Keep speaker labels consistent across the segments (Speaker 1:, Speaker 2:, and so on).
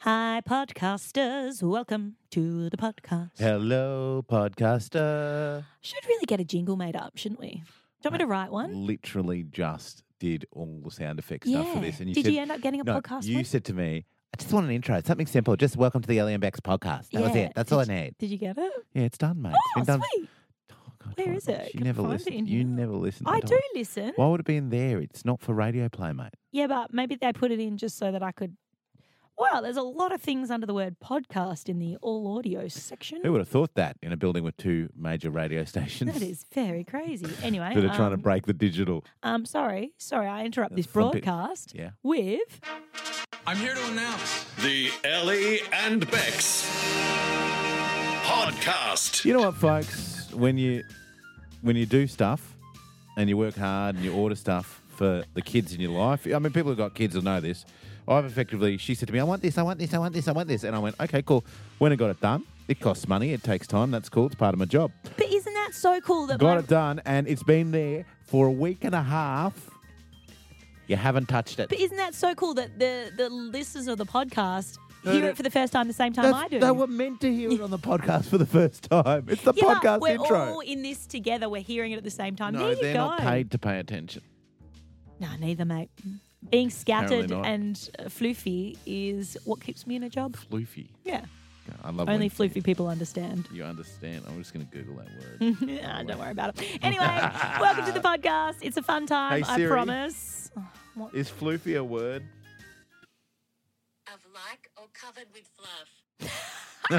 Speaker 1: Hi, podcasters. Welcome to the podcast.
Speaker 2: Hello, podcaster.
Speaker 1: Should really get a jingle made up, shouldn't we? Do you want me to write one?
Speaker 2: Literally just did all the sound effect stuff for this. And you
Speaker 1: Did
Speaker 2: said,
Speaker 1: you end up getting a
Speaker 2: no,
Speaker 1: podcast
Speaker 2: You
Speaker 1: one?
Speaker 2: said to me, I just want an intro, something simple. Just welcome to the Alien Bex podcast. That was
Speaker 1: Yeah.
Speaker 2: it. That's all I need.
Speaker 1: Did you get it?
Speaker 2: Yeah, it's done, mate.
Speaker 1: Oh,
Speaker 2: it's been done.
Speaker 1: sweet.
Speaker 2: Oh, God,
Speaker 1: Where
Speaker 2: Tom,
Speaker 1: is it?
Speaker 2: You
Speaker 1: Can
Speaker 2: never
Speaker 1: find it
Speaker 2: listen.
Speaker 1: in
Speaker 2: you
Speaker 1: here.
Speaker 2: never listen.
Speaker 1: I
Speaker 2: Tom.
Speaker 1: do listen.
Speaker 2: Why would it be in there? It's not for radio play, mate.
Speaker 1: Yeah, but maybe they put it in just so that I could. Well, there's a lot of things under the word podcast in the all audio section.
Speaker 2: Who would have thought that in a building with two major radio stations
Speaker 1: That is very crazy. Anyway,
Speaker 2: that are trying to
Speaker 1: um,
Speaker 2: break the digital?
Speaker 1: Um, sorry, sorry, I interrupt this
Speaker 2: Thump it.
Speaker 1: broadcast
Speaker 2: Yeah.
Speaker 1: with
Speaker 3: I'm here to announce.
Speaker 4: The Ellie and Bex podcast.
Speaker 2: You know what, folks? When you when you do stuff and you work hard and you order stuff for the kids in your life, I mean, people who've got kids will know this. I've effectively, she said to me, "I want this, I want this, I want this, I want this," and I went, "Okay, cool." When I got it done, it costs money, it takes time. That's cool. It's part of my job.
Speaker 1: But isn't that so cool that
Speaker 2: Got
Speaker 1: my-
Speaker 2: it done, and it's been there for a week and a half. You haven't touched it.
Speaker 1: But isn't that so cool that the the listeners of the podcast
Speaker 2: No,
Speaker 1: hear
Speaker 2: no.
Speaker 1: it for the first time the same time I
Speaker 2: That's-
Speaker 1: do?
Speaker 2: They were meant to hear it on the podcast for the first time. It's the
Speaker 1: yeah, but
Speaker 2: podcast
Speaker 1: we're
Speaker 2: intro.
Speaker 1: all in this together. We're hearing it at the same time.
Speaker 2: no,
Speaker 1: there you
Speaker 2: they're
Speaker 1: go.
Speaker 2: not paid to pay attention.
Speaker 1: No, neither, mate. Being scattered
Speaker 2: Apparently not.
Speaker 1: and uh, floofy is what keeps me in a job.
Speaker 2: Floofy.
Speaker 1: Yeah,
Speaker 2: I love
Speaker 1: only
Speaker 2: when-
Speaker 1: floofy people understand.
Speaker 2: You understand. I'm just going to Google that word.
Speaker 1: Ah, don't worry about it. Anyway, welcome to the podcast. It's a fun time.
Speaker 2: Hey,
Speaker 1: I
Speaker 2: Siri.
Speaker 1: promise.
Speaker 2: Is floofy a word?
Speaker 5: of like or covered with fluff.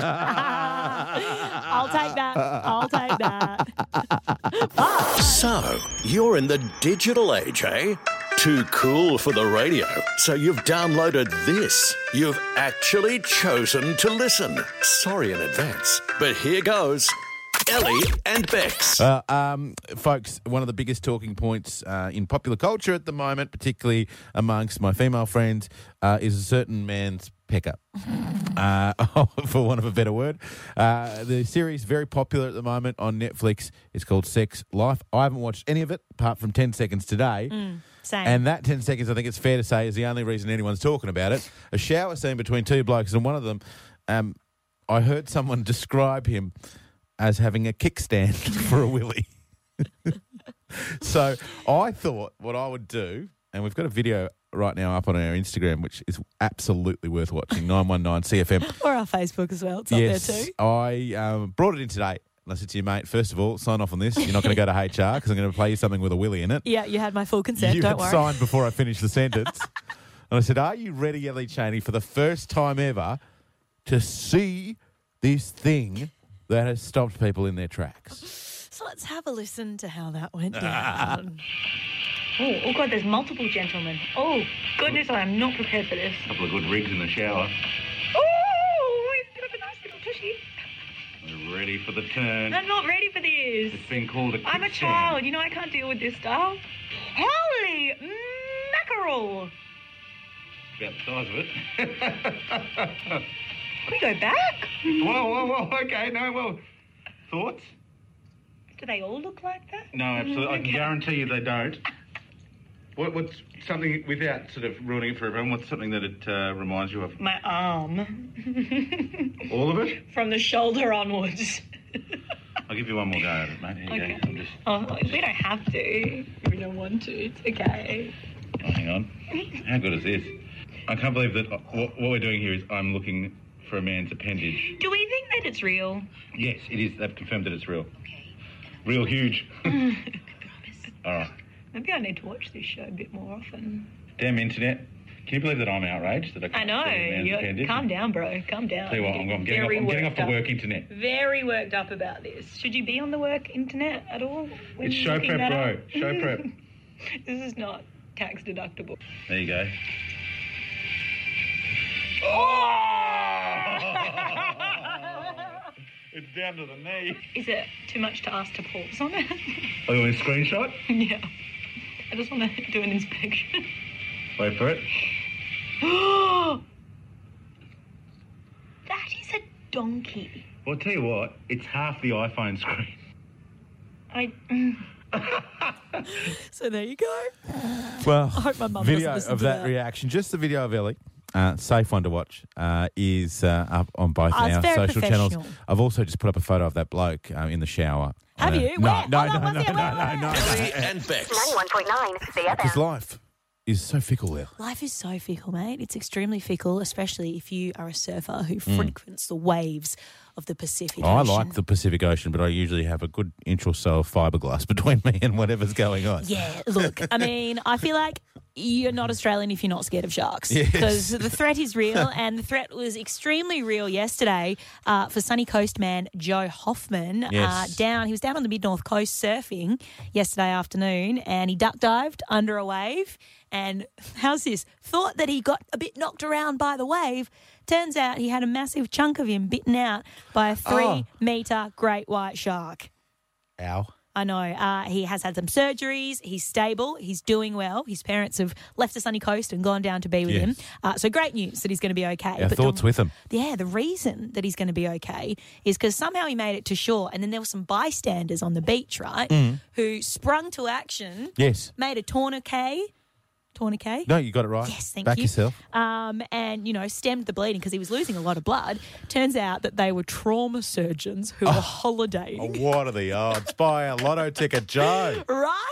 Speaker 1: I'll take that. I'll take that.
Speaker 4: So, you're in the digital age, eh? Too cool for the radio. So, you've downloaded this. You've actually chosen to listen. Sorry in advance. But here goes Ellie and Bex.
Speaker 2: Uh, um, folks, one of the biggest talking points uh, in popular culture at the moment, particularly amongst my female friends, uh, is a certain man's pecker. Uh, for want of a better word, uh, the series very popular at the moment on Netflix. It's called Sex Life. I haven't watched any of it apart from ten seconds today.
Speaker 1: Mm. Same.
Speaker 2: And that 10 seconds, I think it's fair to say, is the only reason anyone's talking about it. A shower scene between two blokes, and one of them, um, I heard someone describe him as having a kickstand for a willy. so I thought what I would do, and we've got a video right now up on our Instagram, which is absolutely worth watching 919 CFM.
Speaker 1: or our Facebook as well. It's
Speaker 2: Yes,
Speaker 1: up there too.
Speaker 2: I um, brought it in today. And I said to you, mate, first of all, sign off on this. You're not going to go to HR because I'm going to play you something with a willy in it
Speaker 1: Yeah, you had my full consent.
Speaker 2: you
Speaker 1: don't
Speaker 2: had
Speaker 1: worry.
Speaker 2: signed before I finished the sentence. and I said, Are you ready, Ellie Cheney, for the first time ever to see this thing that has stopped people in their tracks?
Speaker 1: So let's have a listen to how that went down.
Speaker 6: Oh, oh God, there's multiple gentlemen. Oh, goodness, I am not prepared for this.
Speaker 7: couple of good rigs in the shower.
Speaker 6: Oh, it's a bit of a nice little tushy.
Speaker 7: We're ready for the turn.
Speaker 6: I'm not ready for this.
Speaker 7: It's been called a
Speaker 6: I'm a
Speaker 7: kickstand.
Speaker 6: child. You know, I can't deal with this stuff. Holy mackerel.
Speaker 7: About the size of it.
Speaker 6: Can we go back?
Speaker 7: whoa, whoa, whoa. Okay, no, well. Thoughts?
Speaker 6: Do they all look like that?
Speaker 7: No, absolutely. I can guarantee you they don't. What, what's something, without sort of ruining it for everyone, what's something that it uh, reminds you of?
Speaker 6: My arm.
Speaker 7: All of it?
Speaker 6: From the shoulder onwards.
Speaker 7: I'll give you one more go at it, mate. Here you
Speaker 6: Okay.
Speaker 7: go. I'm just,
Speaker 6: Oh, we don't have to. We don't want to. It's okay.
Speaker 7: oh, hang on. How good is this? I can't believe that uh, what, what we're doing here is I'm looking for a man's appendage.
Speaker 6: Do we think that it's real?
Speaker 7: Yes, it is. They've confirmed that it's real. Real huge. All right.
Speaker 6: Maybe I need to watch this show a bit more often.
Speaker 7: Damn internet. Can you believe that I'm outraged that I
Speaker 6: I
Speaker 7: can't
Speaker 6: know.
Speaker 7: see a man's
Speaker 6: You're,
Speaker 7: appendage?
Speaker 6: calm down, bro. Calm down.
Speaker 7: Tell you what, I'm, I'm getting, off,
Speaker 6: Very
Speaker 7: I'm getting off
Speaker 6: worked
Speaker 7: the
Speaker 6: up.
Speaker 7: work internet.
Speaker 6: Very worked up about this. Should you be on the work internet at all? when
Speaker 7: It's
Speaker 6: you're
Speaker 7: show
Speaker 6: looking
Speaker 7: prep,
Speaker 6: that
Speaker 7: bro.
Speaker 6: up?
Speaker 7: Show prep.
Speaker 6: This is not tax deductible.
Speaker 7: There you go.
Speaker 6: Oh!
Speaker 7: it's down to the knee.
Speaker 6: Is it too much to ask to pause on it?
Speaker 7: Oh, you want a screenshot?
Speaker 6: yeah. I just want to do an inspection.
Speaker 7: Wait for it.
Speaker 6: that is a donkey.
Speaker 7: Well, tell you what, it's half the iPhone screen.
Speaker 6: I. mm.
Speaker 1: so there you go.
Speaker 2: Well,
Speaker 1: hope my mum
Speaker 2: video
Speaker 1: doesn't listen
Speaker 2: of
Speaker 1: to
Speaker 2: that,
Speaker 1: that.
Speaker 2: reaction, just the video of Ellie Uh, safe one to watch uh, is uh, up on both
Speaker 1: Oh, it's
Speaker 2: our
Speaker 1: very
Speaker 2: social channels.
Speaker 1: professional.
Speaker 2: I've also just put up a photo of that bloke uh, in the shower.
Speaker 1: Have
Speaker 2: Uh,
Speaker 1: you?
Speaker 2: No,
Speaker 1: Where?
Speaker 2: no,
Speaker 1: Hold
Speaker 2: no,
Speaker 1: on,
Speaker 2: no,
Speaker 1: what's
Speaker 2: no,
Speaker 1: it? Where, where,
Speaker 2: no, no, no.
Speaker 4: Ellie and Bex.
Speaker 5: 91.9
Speaker 2: Because
Speaker 5: CFM.
Speaker 2: life is so fickle there.
Speaker 1: Life is so fickle, mate. It's extremely fickle, especially if you are a surfer who frequents the waves of the Pacific
Speaker 2: Mm. I
Speaker 1: Ocean.
Speaker 2: like the Pacific Ocean, but I usually have a good inch or so of fiberglass between me and whatever's going on.
Speaker 1: Yeah, look, I mean, I feel like you're not Australian if you're not scared of sharks.
Speaker 2: Yes.
Speaker 1: Because the threat is real, and the threat was extremely real yesterday uh, for Sunny Coast man Joe Hoffman.
Speaker 2: Yes.
Speaker 1: Uh, down, he was down on the mid north coast surfing yesterday afternoon, and he duck dived under a wave. And how's this? Thought that he got a bit knocked around by the wave. Turns out he had a massive chunk of him bitten out by
Speaker 2: Oh.
Speaker 1: a three meter great white shark.
Speaker 2: Ow.
Speaker 1: I know. Uh, he has had some surgeries. He's stable. He's doing well. His parents have left the sunny coast and gone down to be with
Speaker 2: Yes.
Speaker 1: him. Uh, so great news that he's going to be okay.
Speaker 2: Our
Speaker 1: But
Speaker 2: thoughts
Speaker 1: the-
Speaker 2: with him.
Speaker 1: Yeah, the reason that he's going to be okay is because somehow he made it to shore, and then there were some bystanders on the beach, right,
Speaker 2: Mm.
Speaker 1: who sprung to action,
Speaker 2: Yes.
Speaker 1: made a tourniquet, tourniquet,
Speaker 2: No, you got it right.
Speaker 1: Yes, thank
Speaker 2: Back
Speaker 1: you.
Speaker 2: yourself.
Speaker 1: um, and you know stemmed the bleeding because he was losing a lot of blood. Turns out that they were trauma surgeons who were
Speaker 2: Oh,
Speaker 1: holidaying.
Speaker 2: What are the odds? Buy a lotto ticket, Joe.
Speaker 1: Right.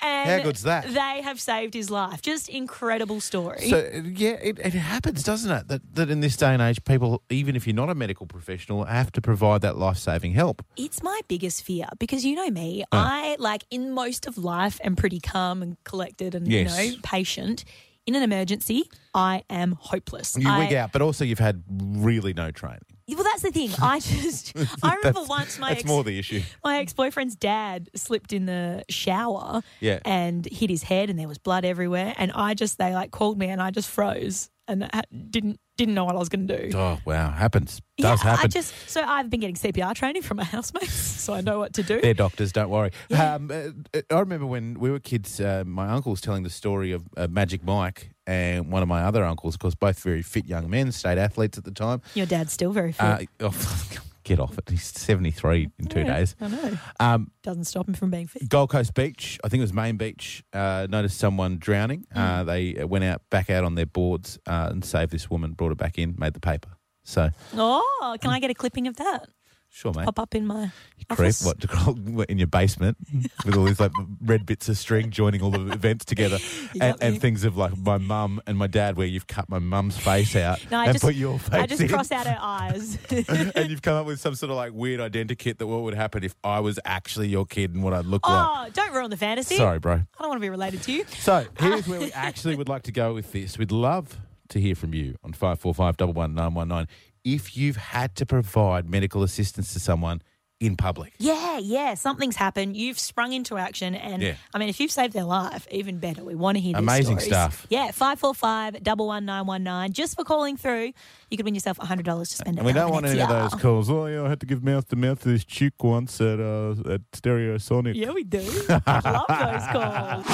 Speaker 1: And
Speaker 2: How good's that?
Speaker 1: They have saved his life. Just incredible story.
Speaker 2: So yeah, it, it happens, doesn't it? That that in this day and age, people, even if you're not a medical professional, have to provide that life saving help.
Speaker 1: it's my biggest fear because you know
Speaker 2: Uh.
Speaker 1: me, I like in most of life am pretty calm and collected and
Speaker 2: Yes.
Speaker 1: you know patient. In an emergency, I am hopeless.
Speaker 2: You
Speaker 1: I,
Speaker 2: wig out, but also you've had really no training.
Speaker 1: Well, that's the thing. I just I remember
Speaker 2: That's-
Speaker 1: once my
Speaker 2: that's
Speaker 1: ex,
Speaker 2: more the issue.
Speaker 1: my ex boyfriend's dad slipped in the shower,
Speaker 2: Yeah.
Speaker 1: and hit his head, and there was blood everywhere. And I just they like called me, and I just froze and ha- didn't didn't know what I was going to do.
Speaker 2: Oh wow, happens. Does
Speaker 1: yeah,
Speaker 2: happen.
Speaker 1: I just so I've been getting CPR training from my housemates, so I know what to do.
Speaker 2: They're doctors, don't worry. Um, uh, uh, I remember when we were kids, uh, my uncle was telling the story of uh, Magic Mike and one of my other uncles, because both very fit young men, state athletes at the time.
Speaker 1: Your dad's still very fit.
Speaker 2: Uh, oh, get off it. He's 73 in two days.
Speaker 1: I know.
Speaker 2: Um,
Speaker 1: Doesn't stop him from being fit.
Speaker 2: Gold Coast Beach, I think it was Main Beach, uh, noticed someone drowning.
Speaker 1: Hmm.
Speaker 2: Uh, they uh, went out back out on their boards uh, and saved this woman, brought her back in, made the paper. So,
Speaker 1: Oh, can I get a clipping of that?
Speaker 2: sure, mate.
Speaker 1: Pop up in my
Speaker 2: Creep,
Speaker 1: office.
Speaker 2: what to call in your basement with all these like red bits of string joining all the events together, and,
Speaker 1: got me.
Speaker 2: and things of like my mum and my dad, where you've cut my mum's face out
Speaker 1: No, I
Speaker 2: and
Speaker 1: just
Speaker 2: put your face
Speaker 1: I just
Speaker 2: in,
Speaker 1: cross out her eyes.
Speaker 2: and you've come up with some sort of like weird identikit that what would happen if I was actually your kid and what I'd look
Speaker 1: oh, don't ruin the fantasy.
Speaker 2: like. Sorry, bro.
Speaker 1: I don't want to be related to you.
Speaker 2: So here's where we actually would like to go with this. We'd love to hear from you on five four five double one nine one nine if you've had to provide medical assistance to someone in public.
Speaker 1: Yeah, yeah. Something's happened. You've sprung into action, and
Speaker 2: Yeah.
Speaker 1: I mean, if you've saved their life, even better. We want to hear these
Speaker 2: Amazing
Speaker 1: stories.
Speaker 2: stuff.
Speaker 1: Yeah, five four five double one nine one nine. Just for calling through, you could win yourself hundred dollars to spend.
Speaker 2: And we don't want any of those calls. Oh, yeah, I had to give mouth to mouth to this chick once at uh, at Stereo Sonic.
Speaker 1: Yeah, we do. I love those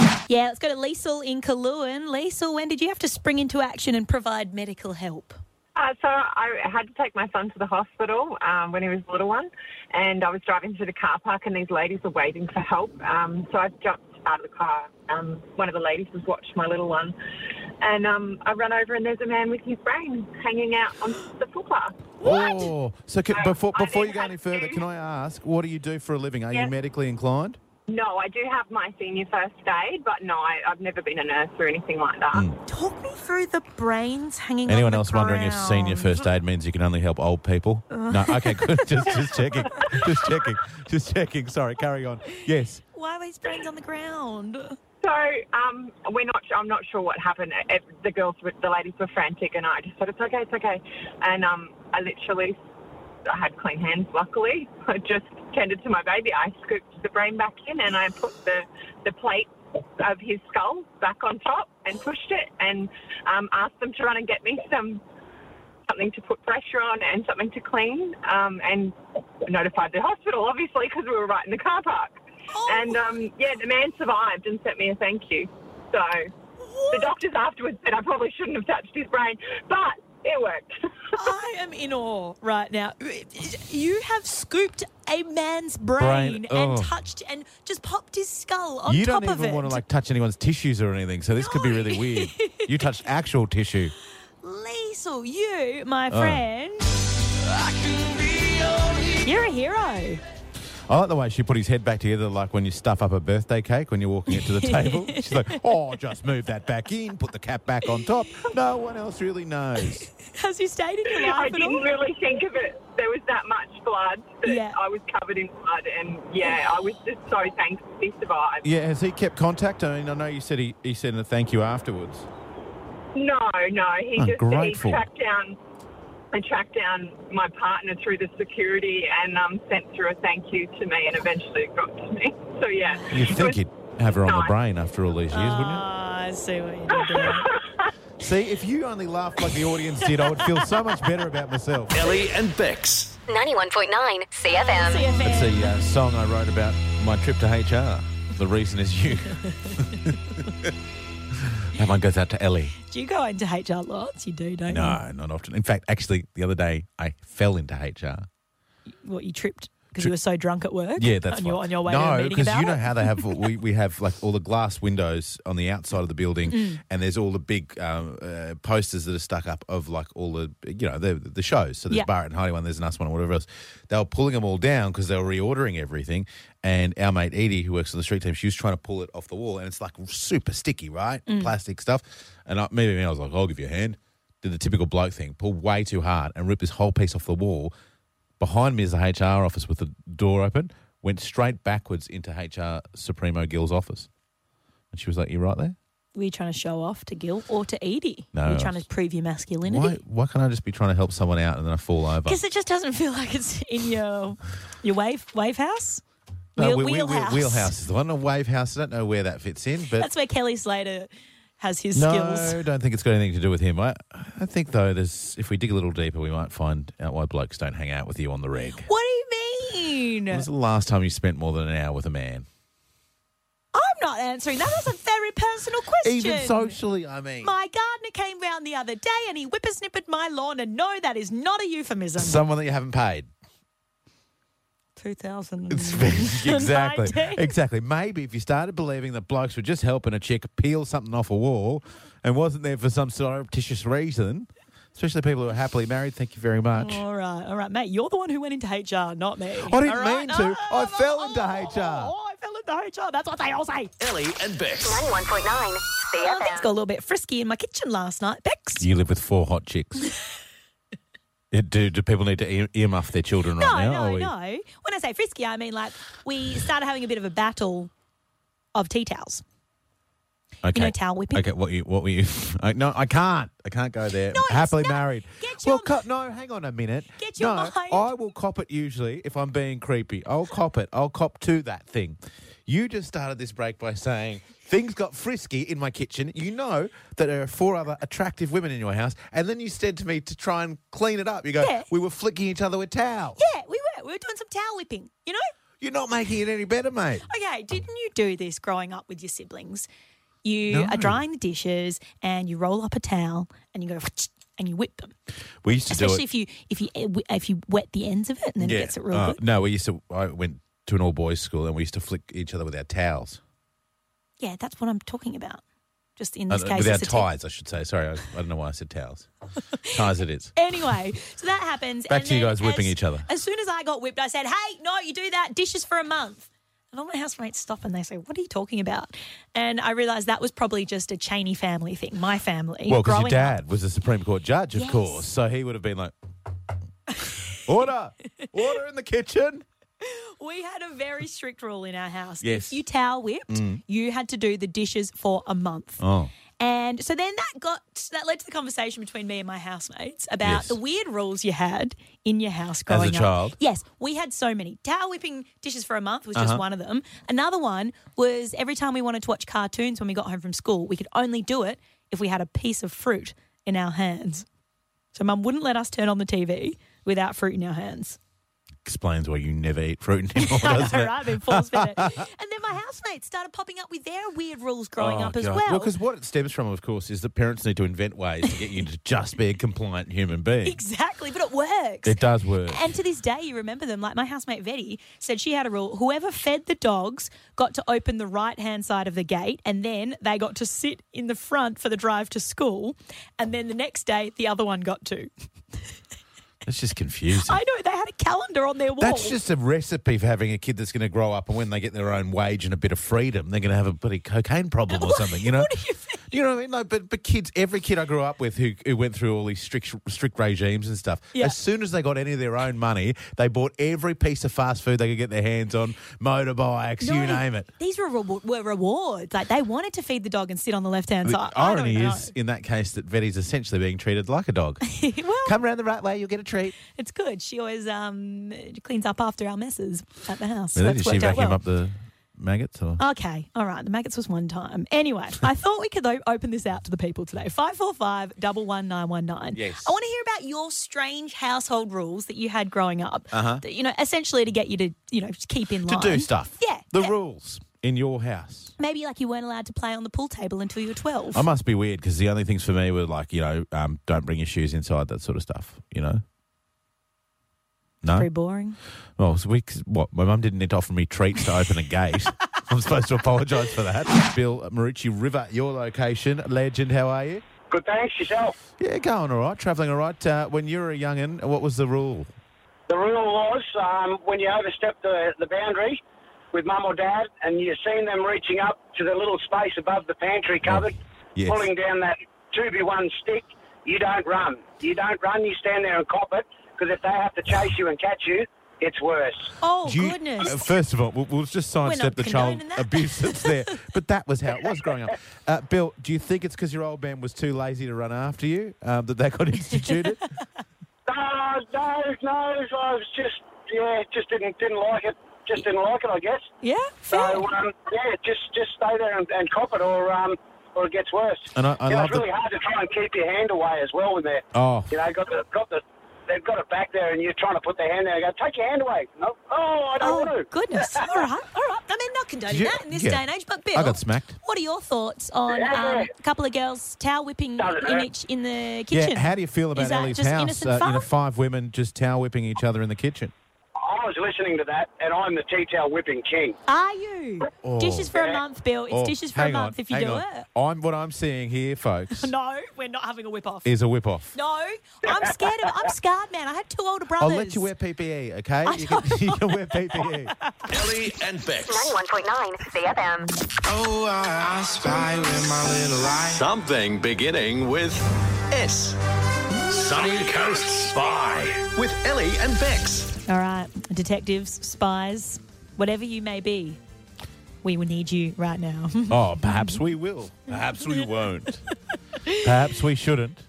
Speaker 1: calls. Yeah, let's go to Liesl in Kaluan. Liesl, when did you have to spring into action and provide medical help?
Speaker 8: Uh, so I had to take my son to the hospital um, when he was a little one, and I was driving through the car park, and these ladies were waiting for help. Um, so I jumped out of the car. Um, one of the ladies was watching my little one, and um, I run over, and there's a man with his brain hanging out on the footpath.
Speaker 2: Oh, so can, before
Speaker 8: I
Speaker 2: before you
Speaker 8: did
Speaker 2: go
Speaker 8: have
Speaker 2: any further,
Speaker 8: to.
Speaker 2: can I ask, what do you do for a living? Are you
Speaker 8: Yes.
Speaker 2: medically inclined?
Speaker 8: No, I do have my senior first aid, but no, I, I've never been a nurse or anything like that.
Speaker 1: Talk me through the brains hanging.
Speaker 2: Anyone
Speaker 1: on the
Speaker 2: else wondering if senior
Speaker 1: ground.
Speaker 2: first aid means you can only help old people? No, okay, good. just just checking, just checking, just checking. Sorry, carry on. Yes.
Speaker 1: Why were his brains on the ground?
Speaker 8: So um, we're not. I'm not sure what happened. Uh, It, the girls, were, the ladies were frantic, and I just said, "It's okay, it's okay." And um, I literally, I had clean hands. Luckily, I just tended to my baby. I scooped the brain back in, and I put the the plate of his skull back on top and pushed it, and um, asked them to run and get me some something to put pressure on and something to clean, um, and notified the hospital obviously because we were right in the car park.
Speaker 1: Oh.
Speaker 8: And um, yeah, the man survived and sent me a thank you. So the doctors afterwards said I probably shouldn't have touched his brain, but it worked.
Speaker 1: I am in awe right now. You have scooped a man's brain, and
Speaker 2: Brain, oh.
Speaker 1: touched and just popped his skull on
Speaker 2: you
Speaker 1: top
Speaker 2: don't
Speaker 1: of
Speaker 2: even
Speaker 1: it.
Speaker 2: want to like touch anyone's tissues or anything, so this could be really weird. You touched actual tissue.
Speaker 1: Liesl, Russell, you, my
Speaker 2: Oh.
Speaker 1: friend, you're a hero.
Speaker 2: I like the way she put his head back together, like when you stuff up a birthday cake when you're walking it to the table. She's like, oh, just move that back in, put the cap back on top. No one else really knows.
Speaker 1: Has you stayed in your
Speaker 8: I
Speaker 1: life at
Speaker 8: didn't
Speaker 1: all?
Speaker 8: really think of it. There was that much blood that
Speaker 1: Yeah.
Speaker 8: I was covered in blood, and yeah, I was just so thankful he survived.
Speaker 2: Yeah, has he kept contact? I mean, I know you said he, he sent a thank you afterwards.
Speaker 8: No, no, he
Speaker 2: Oh,
Speaker 8: just
Speaker 2: grateful.
Speaker 8: he tracked down. I tracked down my partner through the security and um, sent through a thank you to me, and eventually it got to me. So yeah,
Speaker 2: You'd
Speaker 8: It
Speaker 2: think
Speaker 8: was-
Speaker 2: he'd have her on the
Speaker 8: nice.
Speaker 2: brain after all these years, wouldn't
Speaker 1: Ah, I see what you did there.
Speaker 2: you? See, if you only laughed like the audience did, I would feel so much better about myself.
Speaker 4: Ellie and Bex.
Speaker 9: 91.9 CFM.
Speaker 2: It's a uh, song I wrote about my trip to HR. The reason is you. that one goes out to Ellie.
Speaker 1: Do you go into HR lots? You do, don't
Speaker 2: No, not often. In fact, actually, the other day I fell into HR.
Speaker 1: you? What, you tripped because you were so drunk at work?
Speaker 2: Yeah, that's
Speaker 1: on
Speaker 2: fine.
Speaker 1: your, on your way to a
Speaker 2: no,
Speaker 1: meeting
Speaker 2: because
Speaker 1: about
Speaker 2: you know
Speaker 1: it?
Speaker 2: how they have we, we have like all the glass windows on the outside of the building,
Speaker 1: Mm.
Speaker 2: and there's all the big um, uh, posters that are stuck up of like all the you know the the shows. So there's
Speaker 1: Yeah.
Speaker 2: Barrett and Hardy one, there's an Us one, or whatever else. They were pulling them all down because they were reordering everything. And our mate Edie, who works on the street team, she was trying to pull it off the wall, and it's like super sticky, right?
Speaker 1: Mm.
Speaker 2: Plastic stuff. And I, maybe I was like, I'll give you a hand. Did the typical bloke thing, pull way too hard and rip this whole piece off the wall. Behind me is the HR office with the door open. Went straight backwards into HR Supremo Gill's office, and she was like, "You right there?
Speaker 1: Were you trying to show off to Gil or to Edie?
Speaker 2: No,
Speaker 1: Were
Speaker 2: I
Speaker 1: you
Speaker 2: was-
Speaker 1: trying to prove your
Speaker 2: Why?
Speaker 1: masculinity?
Speaker 2: Why can't I just be trying to help someone out and then I fall over?"
Speaker 1: Because it just doesn't feel like it's in your your wave wave house. Wheel-
Speaker 2: No, we- we- we-
Speaker 1: wheelhouse.
Speaker 2: wheelhouse is the one. A wave house. I don't know where that fits in, but
Speaker 1: That's where Kelly Slater has his
Speaker 2: no,
Speaker 1: skills.
Speaker 2: don't think it's got anything to do with him. I, I think though, there's if we dig a little deeper, we might find out why blokes don't hang out with you on the reg.
Speaker 1: What do you mean?
Speaker 2: When was the last time you spent more than an hour with a man?
Speaker 1: I'm not answering that. That's a very personal question.
Speaker 2: Even socially, I mean.
Speaker 1: My gardener came round the other day and he whippersnippered my lawn, and no, that is not a euphemism.
Speaker 2: Someone that you haven't paid.
Speaker 1: 2000.
Speaker 2: exactly.
Speaker 1: 19.
Speaker 2: Exactly. Maybe if you started believing that blokes were just helping a chick peel something off a wall and wasn't there for some surreptitious reason, especially people who are happily married, thank you very much.
Speaker 1: All right, all right, mate. You're the one who went into HR, not me.
Speaker 2: I didn't mean to. I fell into HR.
Speaker 1: Oh, I fell into HR. That's what they all say.
Speaker 4: Ellie and Bex.
Speaker 9: 91.9
Speaker 1: Oh, things got
Speaker 9: CFM.
Speaker 1: a little bit frisky in my kitchen last night. Bex.
Speaker 2: You live with four hot chicks. It- do, do people need to ear- earmuff their children
Speaker 1: No,
Speaker 2: right now? Are
Speaker 1: no,
Speaker 2: oh, we-
Speaker 1: no. When I say frisky, I mean like we started having a bit of a battle of tea towels.
Speaker 2: Okay.
Speaker 1: know, towel whipping.
Speaker 2: Okay, what you, what were you? I, no, I can't. I can't go there.
Speaker 1: No, it's
Speaker 2: Happily
Speaker 1: not-
Speaker 2: married.
Speaker 1: get
Speaker 2: well,
Speaker 1: your-
Speaker 2: co- no, hang on a minute.
Speaker 1: Get your
Speaker 2: no,
Speaker 1: mind.
Speaker 2: I will cop it usually if I'm being creepy. I'll cop it. I'll cop to that thing. You just started this break by saying things got frisky in my kitchen. You know that there are four other attractive women in your house, and then you said to me to try and clean it up. You go,
Speaker 1: Yeah.
Speaker 2: we were flicking each other with towels.
Speaker 1: Yeah, we were. We were doing some towel whipping, you know?
Speaker 2: You're not making it any better, mate.
Speaker 1: Okay, didn't you do this growing up with your siblings? You
Speaker 2: No.
Speaker 1: are drying the dishes and you roll up a towel and you go and you whip them.
Speaker 2: We used to
Speaker 1: Especially if you if you eh, if you wet the ends of it and then it gets it real
Speaker 2: Uh,
Speaker 1: good.
Speaker 2: No, we used to. I went to an all boys school and we used to flick each other with our towels.
Speaker 1: Yeah, that's what I'm talking about. Just in
Speaker 2: Uh,
Speaker 1: this case,
Speaker 2: with our
Speaker 1: it's a towel.
Speaker 2: ties, I should say. Sorry, I, I don't know why I said towels. ties it is.
Speaker 1: Anyway, so that happens.
Speaker 2: Back
Speaker 1: and
Speaker 2: to you
Speaker 1: then
Speaker 2: guys whipping
Speaker 1: as-
Speaker 2: each other.
Speaker 1: As soon as I got whipped, I said, "Hey, no, you do that dishes for a month." And all my housemates stop and they say, "What are you talking about?" And I realised that was probably just a Cheney family thing. My family,
Speaker 2: Well, because
Speaker 1: growing
Speaker 2: your
Speaker 1: up.
Speaker 2: dad was a Supreme Court judge, of
Speaker 1: Yes.
Speaker 2: course. So he would have been like, order, order in the kitchen.
Speaker 1: We had a very strict rule in our house.
Speaker 2: Yes. Mm.
Speaker 1: If you towel whipped, you had to do the dishes for a month.
Speaker 2: Oh,
Speaker 1: And so then that got that led to the conversation between me and my housemates about
Speaker 2: Yes.
Speaker 1: the weird rules you had in your house
Speaker 2: As a
Speaker 1: growing up.
Speaker 2: child?
Speaker 1: Yes, we had so many. Towel whipping dishes for a month was just
Speaker 2: Uh-huh.
Speaker 1: one of them. Another one was every time we wanted to watch cartoons when we got home from school, we could only do it if we had a piece of fruit in our hands. So mum wouldn't let us turn on the TV without fruit in our hands.
Speaker 2: explains why you never eat fruit anymore, doesn't
Speaker 1: All
Speaker 2: it?
Speaker 1: right, been force fed it. And then my housemates started popping up with their weird rules growing
Speaker 2: Oh,
Speaker 1: up as
Speaker 2: God.
Speaker 1: well.
Speaker 2: because what it stems from, of course, is that parents need to invent ways to get you to just be a compliant human being.
Speaker 1: exactly, but it works.
Speaker 2: It does work.
Speaker 1: And to this day, you remember them. Like my housemate Vetti said, she had a rule: whoever fed the dogs got to open the right-hand side of the gate, and then they got to sit in the front for the drive to school, and then the next day the other one got to.
Speaker 2: It's just confusing.
Speaker 1: I know they had a calendar on their wall.
Speaker 2: That's just a recipe for having a kid that's going to grow up and when they get their own wage and a bit of freedom, they're going to have a bloody cocaine problem or something, you know?
Speaker 1: What do you think?
Speaker 2: You know what I mean? Like, but but kids, every kid I grew up with who, who went through all these strict strict regimes and stuff.
Speaker 1: Yeah.
Speaker 2: As soon as they got any of their own money, they bought every piece of fast food they could get their hands on, motorbikes, you
Speaker 1: No,
Speaker 2: name it.
Speaker 1: These were, rewar- were rewards. Like they wanted to feed the dog and sit on the left-hand
Speaker 2: The
Speaker 1: side. I don't
Speaker 2: irony
Speaker 1: know.
Speaker 2: is, in that case, that Vettie's essentially being treated like a dog.
Speaker 1: well,
Speaker 2: Come round the right way, you'll get a treat.
Speaker 1: it's good. She always um, cleans up after our messes at the house.
Speaker 2: Did
Speaker 1: That's
Speaker 2: she
Speaker 1: worked out
Speaker 2: vacuum
Speaker 1: well.
Speaker 2: up the maggots? Or?
Speaker 1: Okay, all right. The maggots was one time. Anyway, I thought we could o- open this out to the people today. Five four five double one nine one nine.
Speaker 2: Yes.
Speaker 1: I want to hear about your strange household rules that you had growing up. Uh-huh. You know, essentially to get you to you know just keep in
Speaker 2: to
Speaker 1: line
Speaker 2: do stuff.
Speaker 1: Yeah,
Speaker 2: The
Speaker 1: yeah.
Speaker 2: rules in your house.
Speaker 1: Maybe like you weren't allowed to play on the pool table until you were twelve.
Speaker 2: I must be weird because the only things for me were like, you know, um, don't bring your shoes inside, that sort of stuff, you know?
Speaker 1: Pretty
Speaker 2: No?
Speaker 1: boring.
Speaker 2: Well, so we, what? My mum didn't need to offer me treats to open a gate. I'm supposed to apologise for that. Bill Marucci River, your location. Legend, how are you?
Speaker 10: Good, thanks. Yourself.
Speaker 2: Yeah, going all right, travelling all right. Uh, when you were a young'un, what was the rule?
Speaker 10: The rule was um, when you overstep the, the boundary with mum or dad and you've seen them reaching up to the little space above the pantry cupboard,
Speaker 2: yes.
Speaker 10: pulling down that 2B1 stick, you don't run. You don't run, you stand there and cop it because if they have to chase you and catch you, it's worse.
Speaker 1: Oh
Speaker 2: Do you-
Speaker 1: goodness.
Speaker 2: uh, first of all, we'll, we'll just
Speaker 1: not
Speaker 2: sidestep the child
Speaker 1: condoning that.
Speaker 2: abuse that's there. But that was how it was growing up. Uh, Bill, do you think it's because your old man was too lazy to run after you um, that that got instituted?
Speaker 10: Uh, no, no, I was just, yeah, just didn't, didn't like it. Just didn't like it, I guess.
Speaker 1: yeah.
Speaker 10: So,
Speaker 1: Fair.
Speaker 10: um, yeah, just, just stay there and, and cop it or, um, or it gets worse.
Speaker 2: And I- I
Speaker 10: You know,
Speaker 2: love
Speaker 10: it's really
Speaker 2: that-
Speaker 10: hard to try and keep your hand away as well when they're
Speaker 2: oh,
Speaker 10: You know, got the, got the, they've got it back there, and you're trying to put their hand there. and go, take your hand away. No, oh, I don't
Speaker 1: Oh
Speaker 10: want to.
Speaker 1: goodness! All right, all right. I mean, not condoning
Speaker 2: Did you-
Speaker 1: that in this
Speaker 2: yeah.
Speaker 1: day and age, but Bill,
Speaker 2: I got smacked.
Speaker 1: What are your thoughts on
Speaker 10: Yeah.
Speaker 1: um, a couple of girls towel whipping
Speaker 10: Doesn't
Speaker 1: in
Speaker 10: hurt.
Speaker 1: each in the kitchen?
Speaker 2: yeah. How do you feel
Speaker 1: Is
Speaker 2: about
Speaker 1: that
Speaker 2: Ellie's
Speaker 1: just
Speaker 2: house? uh,
Speaker 1: innocent
Speaker 2: you know,
Speaker 1: fun?
Speaker 2: five women just towel whipping each other in the kitchen.
Speaker 10: I was listening to that, and I'm the tea towel whipping king.
Speaker 1: Are you
Speaker 2: Oh.
Speaker 1: dishes for a
Speaker 10: Yeah.
Speaker 1: month, Bill? It's
Speaker 2: Oh,
Speaker 1: dishes for a
Speaker 2: hang on,
Speaker 1: month if you
Speaker 2: hang
Speaker 1: do
Speaker 2: on.
Speaker 1: it.
Speaker 2: I'm what I'm seeing here, folks,
Speaker 1: No, we're not having a whip off.
Speaker 2: is a whip off.
Speaker 1: no, I'm scared of. I'm scarred, man. I had two older brothers.
Speaker 2: I'll let you wear PPE, okay?
Speaker 1: I
Speaker 2: You can, you can wear E. PPE.
Speaker 4: Ellie and Bex.
Speaker 9: 91.9 CFM.
Speaker 3: Oh, I, I spy with my little eye.
Speaker 4: Something beginning with S. Sunny Coast Spy with Ellie and Bex.
Speaker 1: All right, detectives, spies, whatever you may be, we will need you right now.
Speaker 2: Oh, perhaps we will. Perhaps we won't. perhaps we shouldn't.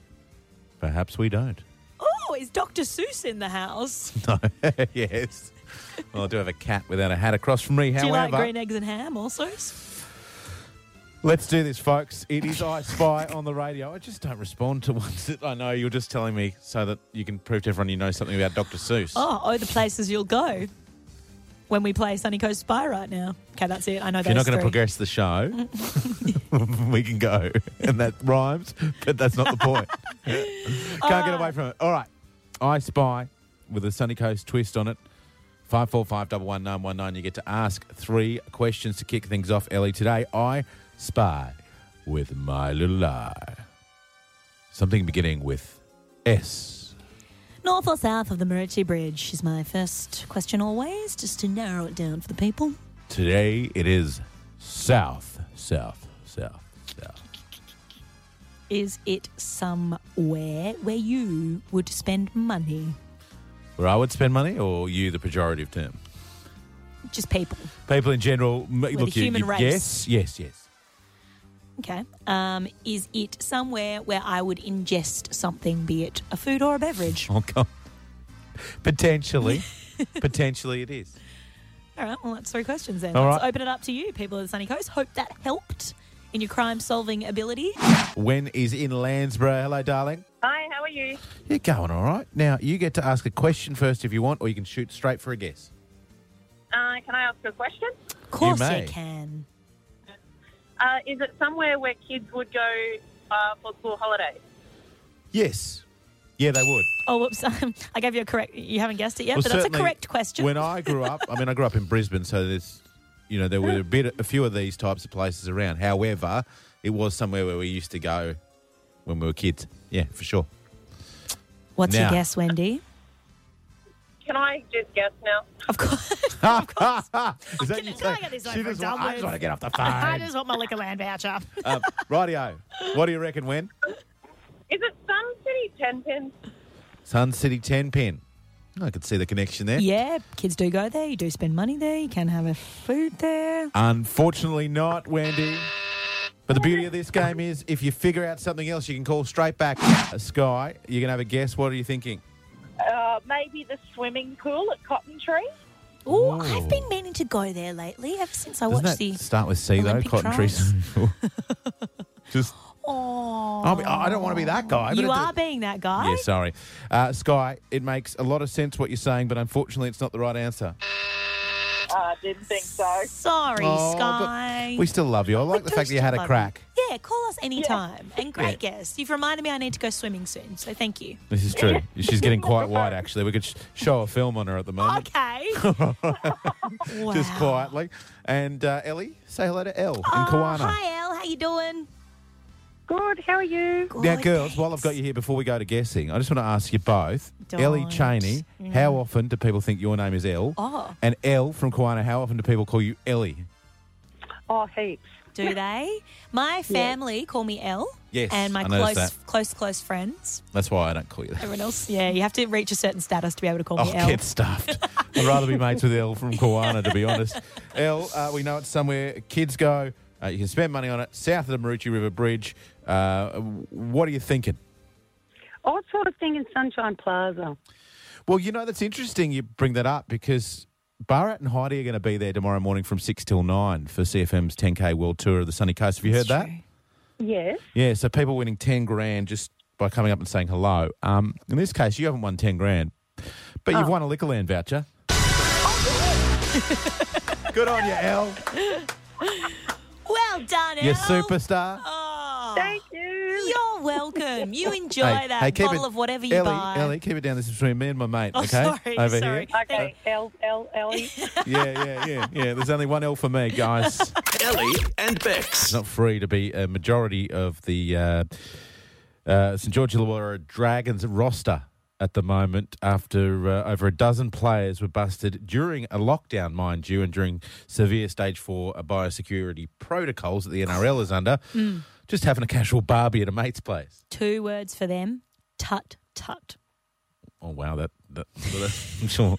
Speaker 2: Perhaps we don't.
Speaker 1: oh, is Dr. Seuss in the house?
Speaker 2: No. yes. Well, I do have a cat without a hat across from me.
Speaker 1: Do you like
Speaker 2: However,
Speaker 1: green eggs and ham also?
Speaker 2: let's do this, folks. It is I Spy on the radio. I just don't respond to ones that I know you're just telling me so that you can prove to everyone you know something about Dr. Seuss.
Speaker 1: Oh, oh, the places you'll go when we play Sunny Coast Spy right now. Okay, that's it. I know
Speaker 2: if
Speaker 1: that's
Speaker 2: you're not going to
Speaker 1: three.
Speaker 2: progress the show, we can go. And that rhymes, but that's not the point. Can't get away from it. All right. I Spy with a Sunny Coast twist on it. 545 You get to ask three questions to kick things off, Ellie. Today, I spy with my little eye. Something beginning with S.
Speaker 1: North or south of the Marucci Bridge is my first question always, just to narrow it down for the people.
Speaker 2: Today, it is South, South, South, South.
Speaker 1: Is it somewhere where you would spend money?
Speaker 2: Where I would spend money, or you, the pejorative term?
Speaker 1: Just people.
Speaker 2: People in general, m- look,
Speaker 1: the
Speaker 2: you-
Speaker 1: human
Speaker 2: you-
Speaker 1: race.
Speaker 2: Yes, yes, yes.
Speaker 1: Okay. Um, is it somewhere where I would ingest something, be it a food or a beverage?
Speaker 2: Oh, God. Potentially. Potentially, it is.
Speaker 1: All right. Well, that's three questions then.
Speaker 2: All
Speaker 1: Let's
Speaker 2: right.
Speaker 1: open it up to you, people of the Sunny Coast. Hope that helped in your crime solving ability.
Speaker 2: Wen is in Landsborough. Hello, darling.
Speaker 8: Hi, how are you?
Speaker 2: You're going all right. Now, you get to ask a question first if you want, or you can shoot straight for a guess.
Speaker 8: Uh, can I ask a question?
Speaker 1: Of course
Speaker 2: may.
Speaker 1: you can.
Speaker 11: Uh, is it somewhere where kids would go uh, for school holidays?
Speaker 2: Yes. Yeah, they would.
Speaker 1: Oh, whoops. I gave you a correct. You haven't guessed it yet,
Speaker 2: Well,
Speaker 1: but that's a
Speaker 2: certainly,
Speaker 1: correct question.
Speaker 2: When I grew up, I mean, I grew up in Brisbane, so there's, you know, there were a bit, a few of these types of places around. However, it was somewhere where we used to go when we were kids. Yeah, for sure.
Speaker 1: What's
Speaker 2: Now-
Speaker 1: your guess, Wendy?
Speaker 11: Can I just guess now?
Speaker 2: Is that you
Speaker 1: Can I
Speaker 2: say?
Speaker 1: get this
Speaker 2: She
Speaker 1: over and
Speaker 2: just
Speaker 1: done
Speaker 2: want, I
Speaker 1: with?
Speaker 2: just want to get off the
Speaker 1: I
Speaker 2: phone.
Speaker 1: just want my liquor land voucher.
Speaker 2: uh, rightio. What do you reckon, Wen?
Speaker 11: Is it Sun City Ten Pin?
Speaker 2: Sun City 10 pin. I could see the connection there.
Speaker 1: Yeah, kids do go there. You do spend money there. You can have a food there.
Speaker 2: Unfortunately, not, Wendy. But the beauty of this game is if you figure out something else, you can call straight back. Uh, Sky, you're going to have a guess. What are you thinking?
Speaker 12: Uh, maybe the swimming pool at Cotton Tree.
Speaker 1: Ooh, I've been meaning to go there lately. Ever since I
Speaker 2: Oh. Doesn't
Speaker 1: watched
Speaker 2: that
Speaker 1: the
Speaker 2: start with C,
Speaker 1: Olympic
Speaker 2: though? Cotton
Speaker 1: trials.
Speaker 2: Tree. Just. I'll be- I don't want to be that guy. but
Speaker 1: you
Speaker 2: it-
Speaker 1: are being that guy.
Speaker 2: Yeah, sorry. Uh, Sky, it makes a lot of sense what you're saying, but unfortunately, it's not the right answer.
Speaker 12: I Uh, didn't think so.
Speaker 1: Sorry,
Speaker 2: Oh, but
Speaker 1: Sky.
Speaker 2: We still love you. I like
Speaker 1: Mm. We
Speaker 2: the
Speaker 1: do
Speaker 2: fact that you
Speaker 1: still
Speaker 2: had a
Speaker 1: love
Speaker 2: crack.
Speaker 1: Yeah, call us anytime. And great guess. You've reminded me I need to go swimming soon, so thank you.
Speaker 2: This is true. She's getting quite white, actually. We could sh- show a film on her at
Speaker 1: Oh,
Speaker 2: the moment.
Speaker 1: Okay.
Speaker 2: Just quietly. And uh, Ellie, say hello to Elle in
Speaker 1: Oh,
Speaker 2: Kiwana.
Speaker 1: Hi, Elle. How you doing?
Speaker 13: Good. How are you?
Speaker 2: Now, girls, while I've got you here, before we go to guessing, I just want to ask you both, Ellie
Speaker 13: Don't.
Speaker 2: Cheney,
Speaker 13: Mm.
Speaker 2: how often do people think your name is Elle?
Speaker 1: Oh.
Speaker 2: And Elle from Kiwana, how often do people call you Ellie?
Speaker 1: Oh, heaps. Do they? My family call me Elle.
Speaker 2: Yes,
Speaker 1: And my
Speaker 2: I noticed
Speaker 1: close,
Speaker 2: that.
Speaker 1: close, close friends.
Speaker 2: That's why I don't call you that.
Speaker 1: Everyone else. Yeah, you have to reach a certain status to be able to call
Speaker 2: I'll
Speaker 1: me Elle.
Speaker 2: Oh, get stuffed. I'd rather be mates with Elle from Kiwana, to be honest. Elle, uh, we know it's somewhere kids go. Uh, you can spend money on it. South of the Marucci River Bridge. Uh, w- what are you thinking?
Speaker 13: I was Oh, sort of thinking Sunshine Plaza.
Speaker 2: Well, you know, that's interesting you bring that up because Barrett and Heidi are going to be there tomorrow morning from 6 till 9 for CFM's 10K World Tour of the Sunny Coast. Have you heard that?
Speaker 13: Yes.
Speaker 2: Yeah, so people winning 10 grand just by coming up and saying hello. Um, in this case, you haven't won 10 grand, but
Speaker 1: Oh.
Speaker 2: you've won a Liquorland voucher. Good on you, Elle.
Speaker 1: Well done, Elle. Oh,
Speaker 2: You're superstar.
Speaker 1: Thank you. You're welcome. You enjoy
Speaker 2: Hey,
Speaker 1: that
Speaker 2: hey, keep
Speaker 1: bottle
Speaker 2: it-
Speaker 1: of whatever you
Speaker 2: Ellie,
Speaker 1: buy.
Speaker 2: Ellie, keep it down. This is between me and my mate,
Speaker 1: Oh,
Speaker 2: okay?
Speaker 1: sorry,
Speaker 2: Over
Speaker 1: sorry.
Speaker 2: here.
Speaker 13: Okay. L L
Speaker 12: E.
Speaker 13: Ellie.
Speaker 2: Yeah, yeah, yeah, yeah. There's only one L for me, guys.
Speaker 4: Ellie and Bex.
Speaker 2: It's not free to be a majority of the uh, uh, St George Illawarra Dragons roster at the moment after uh, over a dozen players were busted during a lockdown, mind you, and during severe stage four biosecurity protocols that the NRL is under.
Speaker 1: Mm.
Speaker 2: Just having a casual barbie at a mate's place.
Speaker 1: Two words for them. Tut, tut.
Speaker 2: Oh wow, that, that, I'm sure,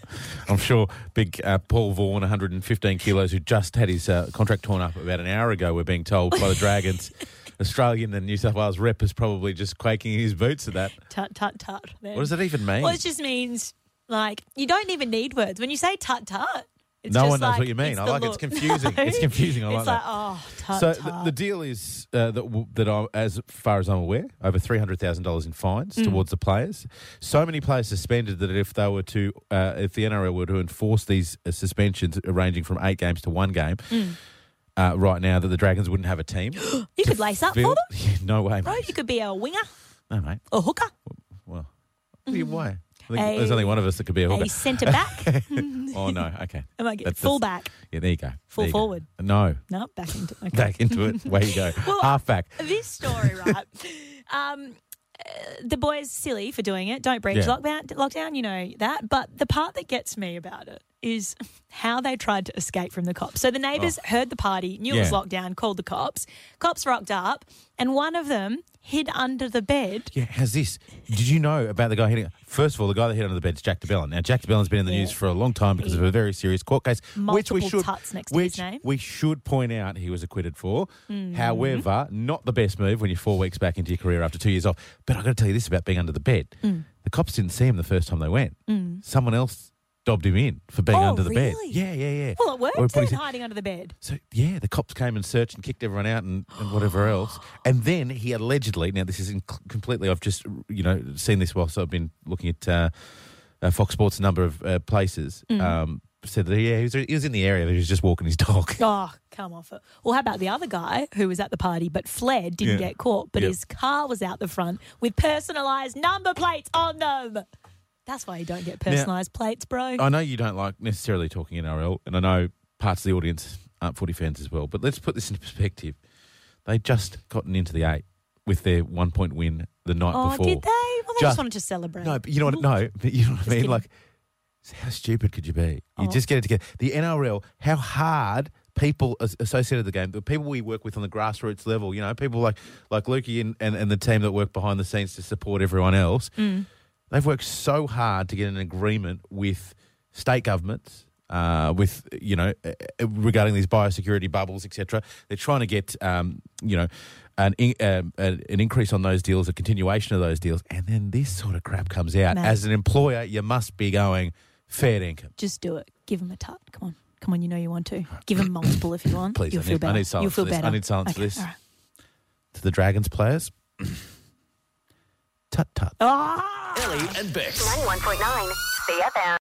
Speaker 2: I'm sure. Big uh, Paul Vaughan, 115 kilos, who just had his uh, contract torn up about an hour ago. We're being told by the Dragons, Australian and New South Wales rep is probably just quaking in his boots at that.
Speaker 1: Tut, tut, tut. then.
Speaker 2: What does that even mean?
Speaker 1: Well, it just means, like, you don't even need words. When you say tut, tut, it's
Speaker 2: no
Speaker 1: just
Speaker 2: one knows
Speaker 1: like,
Speaker 2: what you mean.
Speaker 1: it's
Speaker 2: I
Speaker 1: the
Speaker 2: like it's
Speaker 1: look.
Speaker 2: confusing.
Speaker 1: No.
Speaker 2: It's confusing. I like
Speaker 1: it's
Speaker 2: that.
Speaker 1: like, oh, tut,
Speaker 2: so
Speaker 1: tut.
Speaker 2: The, the deal is uh, that w- that I, as far as I'm aware, over three hundred thousand dollars in fines
Speaker 1: Mm.
Speaker 2: towards the players. So many players suspended that if they were to, uh, if the NRL were to enforce these uh, suspensions ranging from eight games to one game,
Speaker 1: Mm.
Speaker 2: uh, right now that the Dragons wouldn't have a team.
Speaker 1: You could lace up for
Speaker 2: Field-
Speaker 1: them,
Speaker 2: no way, mate.
Speaker 1: bro. You could be a winger,
Speaker 2: No, mate.
Speaker 1: a hooker,
Speaker 2: Well, what do you- why? I think
Speaker 1: Mm-hmm. A-
Speaker 2: there's only one of us that could be a hooker.
Speaker 1: a centre back.
Speaker 2: oh no, okay.
Speaker 1: Am I getting
Speaker 2: That's-
Speaker 1: full back?
Speaker 2: Yeah, there you go.
Speaker 1: Full
Speaker 2: There you go.
Speaker 1: forward?
Speaker 2: No,
Speaker 1: No, back into okay.
Speaker 2: back into it. Way you go.
Speaker 1: Well, uh,
Speaker 2: Half back.
Speaker 1: This story, right? um, uh, the boy's silly for doing it. Don't breach
Speaker 2: Yeah.
Speaker 1: lockdown, lockdown, you know that. But the part that gets me about it is how they tried to escape from the cops. So the neighbours heard the party, knew it was
Speaker 2: Oh. Yeah.
Speaker 1: locked down, called the cops. Cops rocked up, and one of them hid under the bed.
Speaker 2: Yeah, how's this? Did you know about the guy hitting? First of all, the guy that hit under the bed is Jack DeBellin. Now, Jack DeBellin's been in the news for a long time because of a very serious court case, which
Speaker 1: Multiple
Speaker 2: we should
Speaker 1: tuts next to his
Speaker 2: which
Speaker 1: name.
Speaker 2: we should point out he was acquitted for.
Speaker 1: Mhm.
Speaker 2: However, not the best move when you're four weeks back into your career after two years off. But I got to tell you this about being under the bed:
Speaker 1: Mm.
Speaker 2: the cops didn't see him the first time they went.
Speaker 1: Mm.
Speaker 2: Someone else dobbed him in for being
Speaker 1: Oh,
Speaker 2: under the bed.
Speaker 1: really?
Speaker 2: Yeah, yeah, yeah.
Speaker 1: Well, it worked.
Speaker 2: Or he put his-
Speaker 1: didn't it, hiding under the bed.
Speaker 2: so yeah, the cops came and searched and kicked everyone out and, and whatever else. And then he allegedly now this is in completely I've just you know seen this whilst I've been looking at uh, uh, Fox Sports a number of uh, places.
Speaker 1: Mm.
Speaker 2: Um, said that yeah, he was, he was in the area, but he was just walking his dog.
Speaker 1: Oh, come off it. Well, how about the other guy who was at the party but fled, didn't
Speaker 2: Yeah.
Speaker 1: get caught, but
Speaker 2: Yeah.
Speaker 1: his car was out the front with personalised number plates on them? That's why you don't get
Speaker 2: Now-
Speaker 1: personalised plates, bro.
Speaker 2: I know you don't like necessarily talking NRL, and I know parts of the audience aren't footy fans as well, but let's put this into perspective. They just gotten into the eight with their one point win the night
Speaker 1: oh,
Speaker 2: before.
Speaker 1: did they? Well, they just,
Speaker 2: Just-
Speaker 1: wanted to celebrate.
Speaker 2: No, but you know what? No, but you know what I mean.
Speaker 1: kidding.
Speaker 2: Like, how stupid could you be?
Speaker 1: Oh.
Speaker 2: You just get it together. The NRL, how hard people as- associated with the game, the people we work with on the grassroots level, you know, people like like Lukey and, and, and the team that work behind the scenes to support everyone else.
Speaker 1: Mm.
Speaker 2: They've worked so hard to get an agreement with state governments, uh, with you know, uh, uh, regarding these biosecurity bubbles, etc. They're trying to get um, you know an in, um, an an increase on those deals, a continuation of those deals, and then this sort of crap comes out.
Speaker 1: Mate.
Speaker 2: As an employer, you must be going fair dinkum.
Speaker 1: Just do it. Give them a tut. Come on. Come on, you know you want to. Give them multiple if you want.
Speaker 2: Please,
Speaker 1: You'll
Speaker 2: I
Speaker 1: feel
Speaker 2: need,
Speaker 1: better.
Speaker 2: I need silence
Speaker 1: You'll feel
Speaker 2: for this.
Speaker 1: better.
Speaker 2: I need silence for
Speaker 1: Okay,
Speaker 2: this.
Speaker 1: all right.
Speaker 2: To the Dragons players, tut tut.
Speaker 1: Ah!
Speaker 4: Ellie and Bex.
Speaker 9: 91.9 CFM.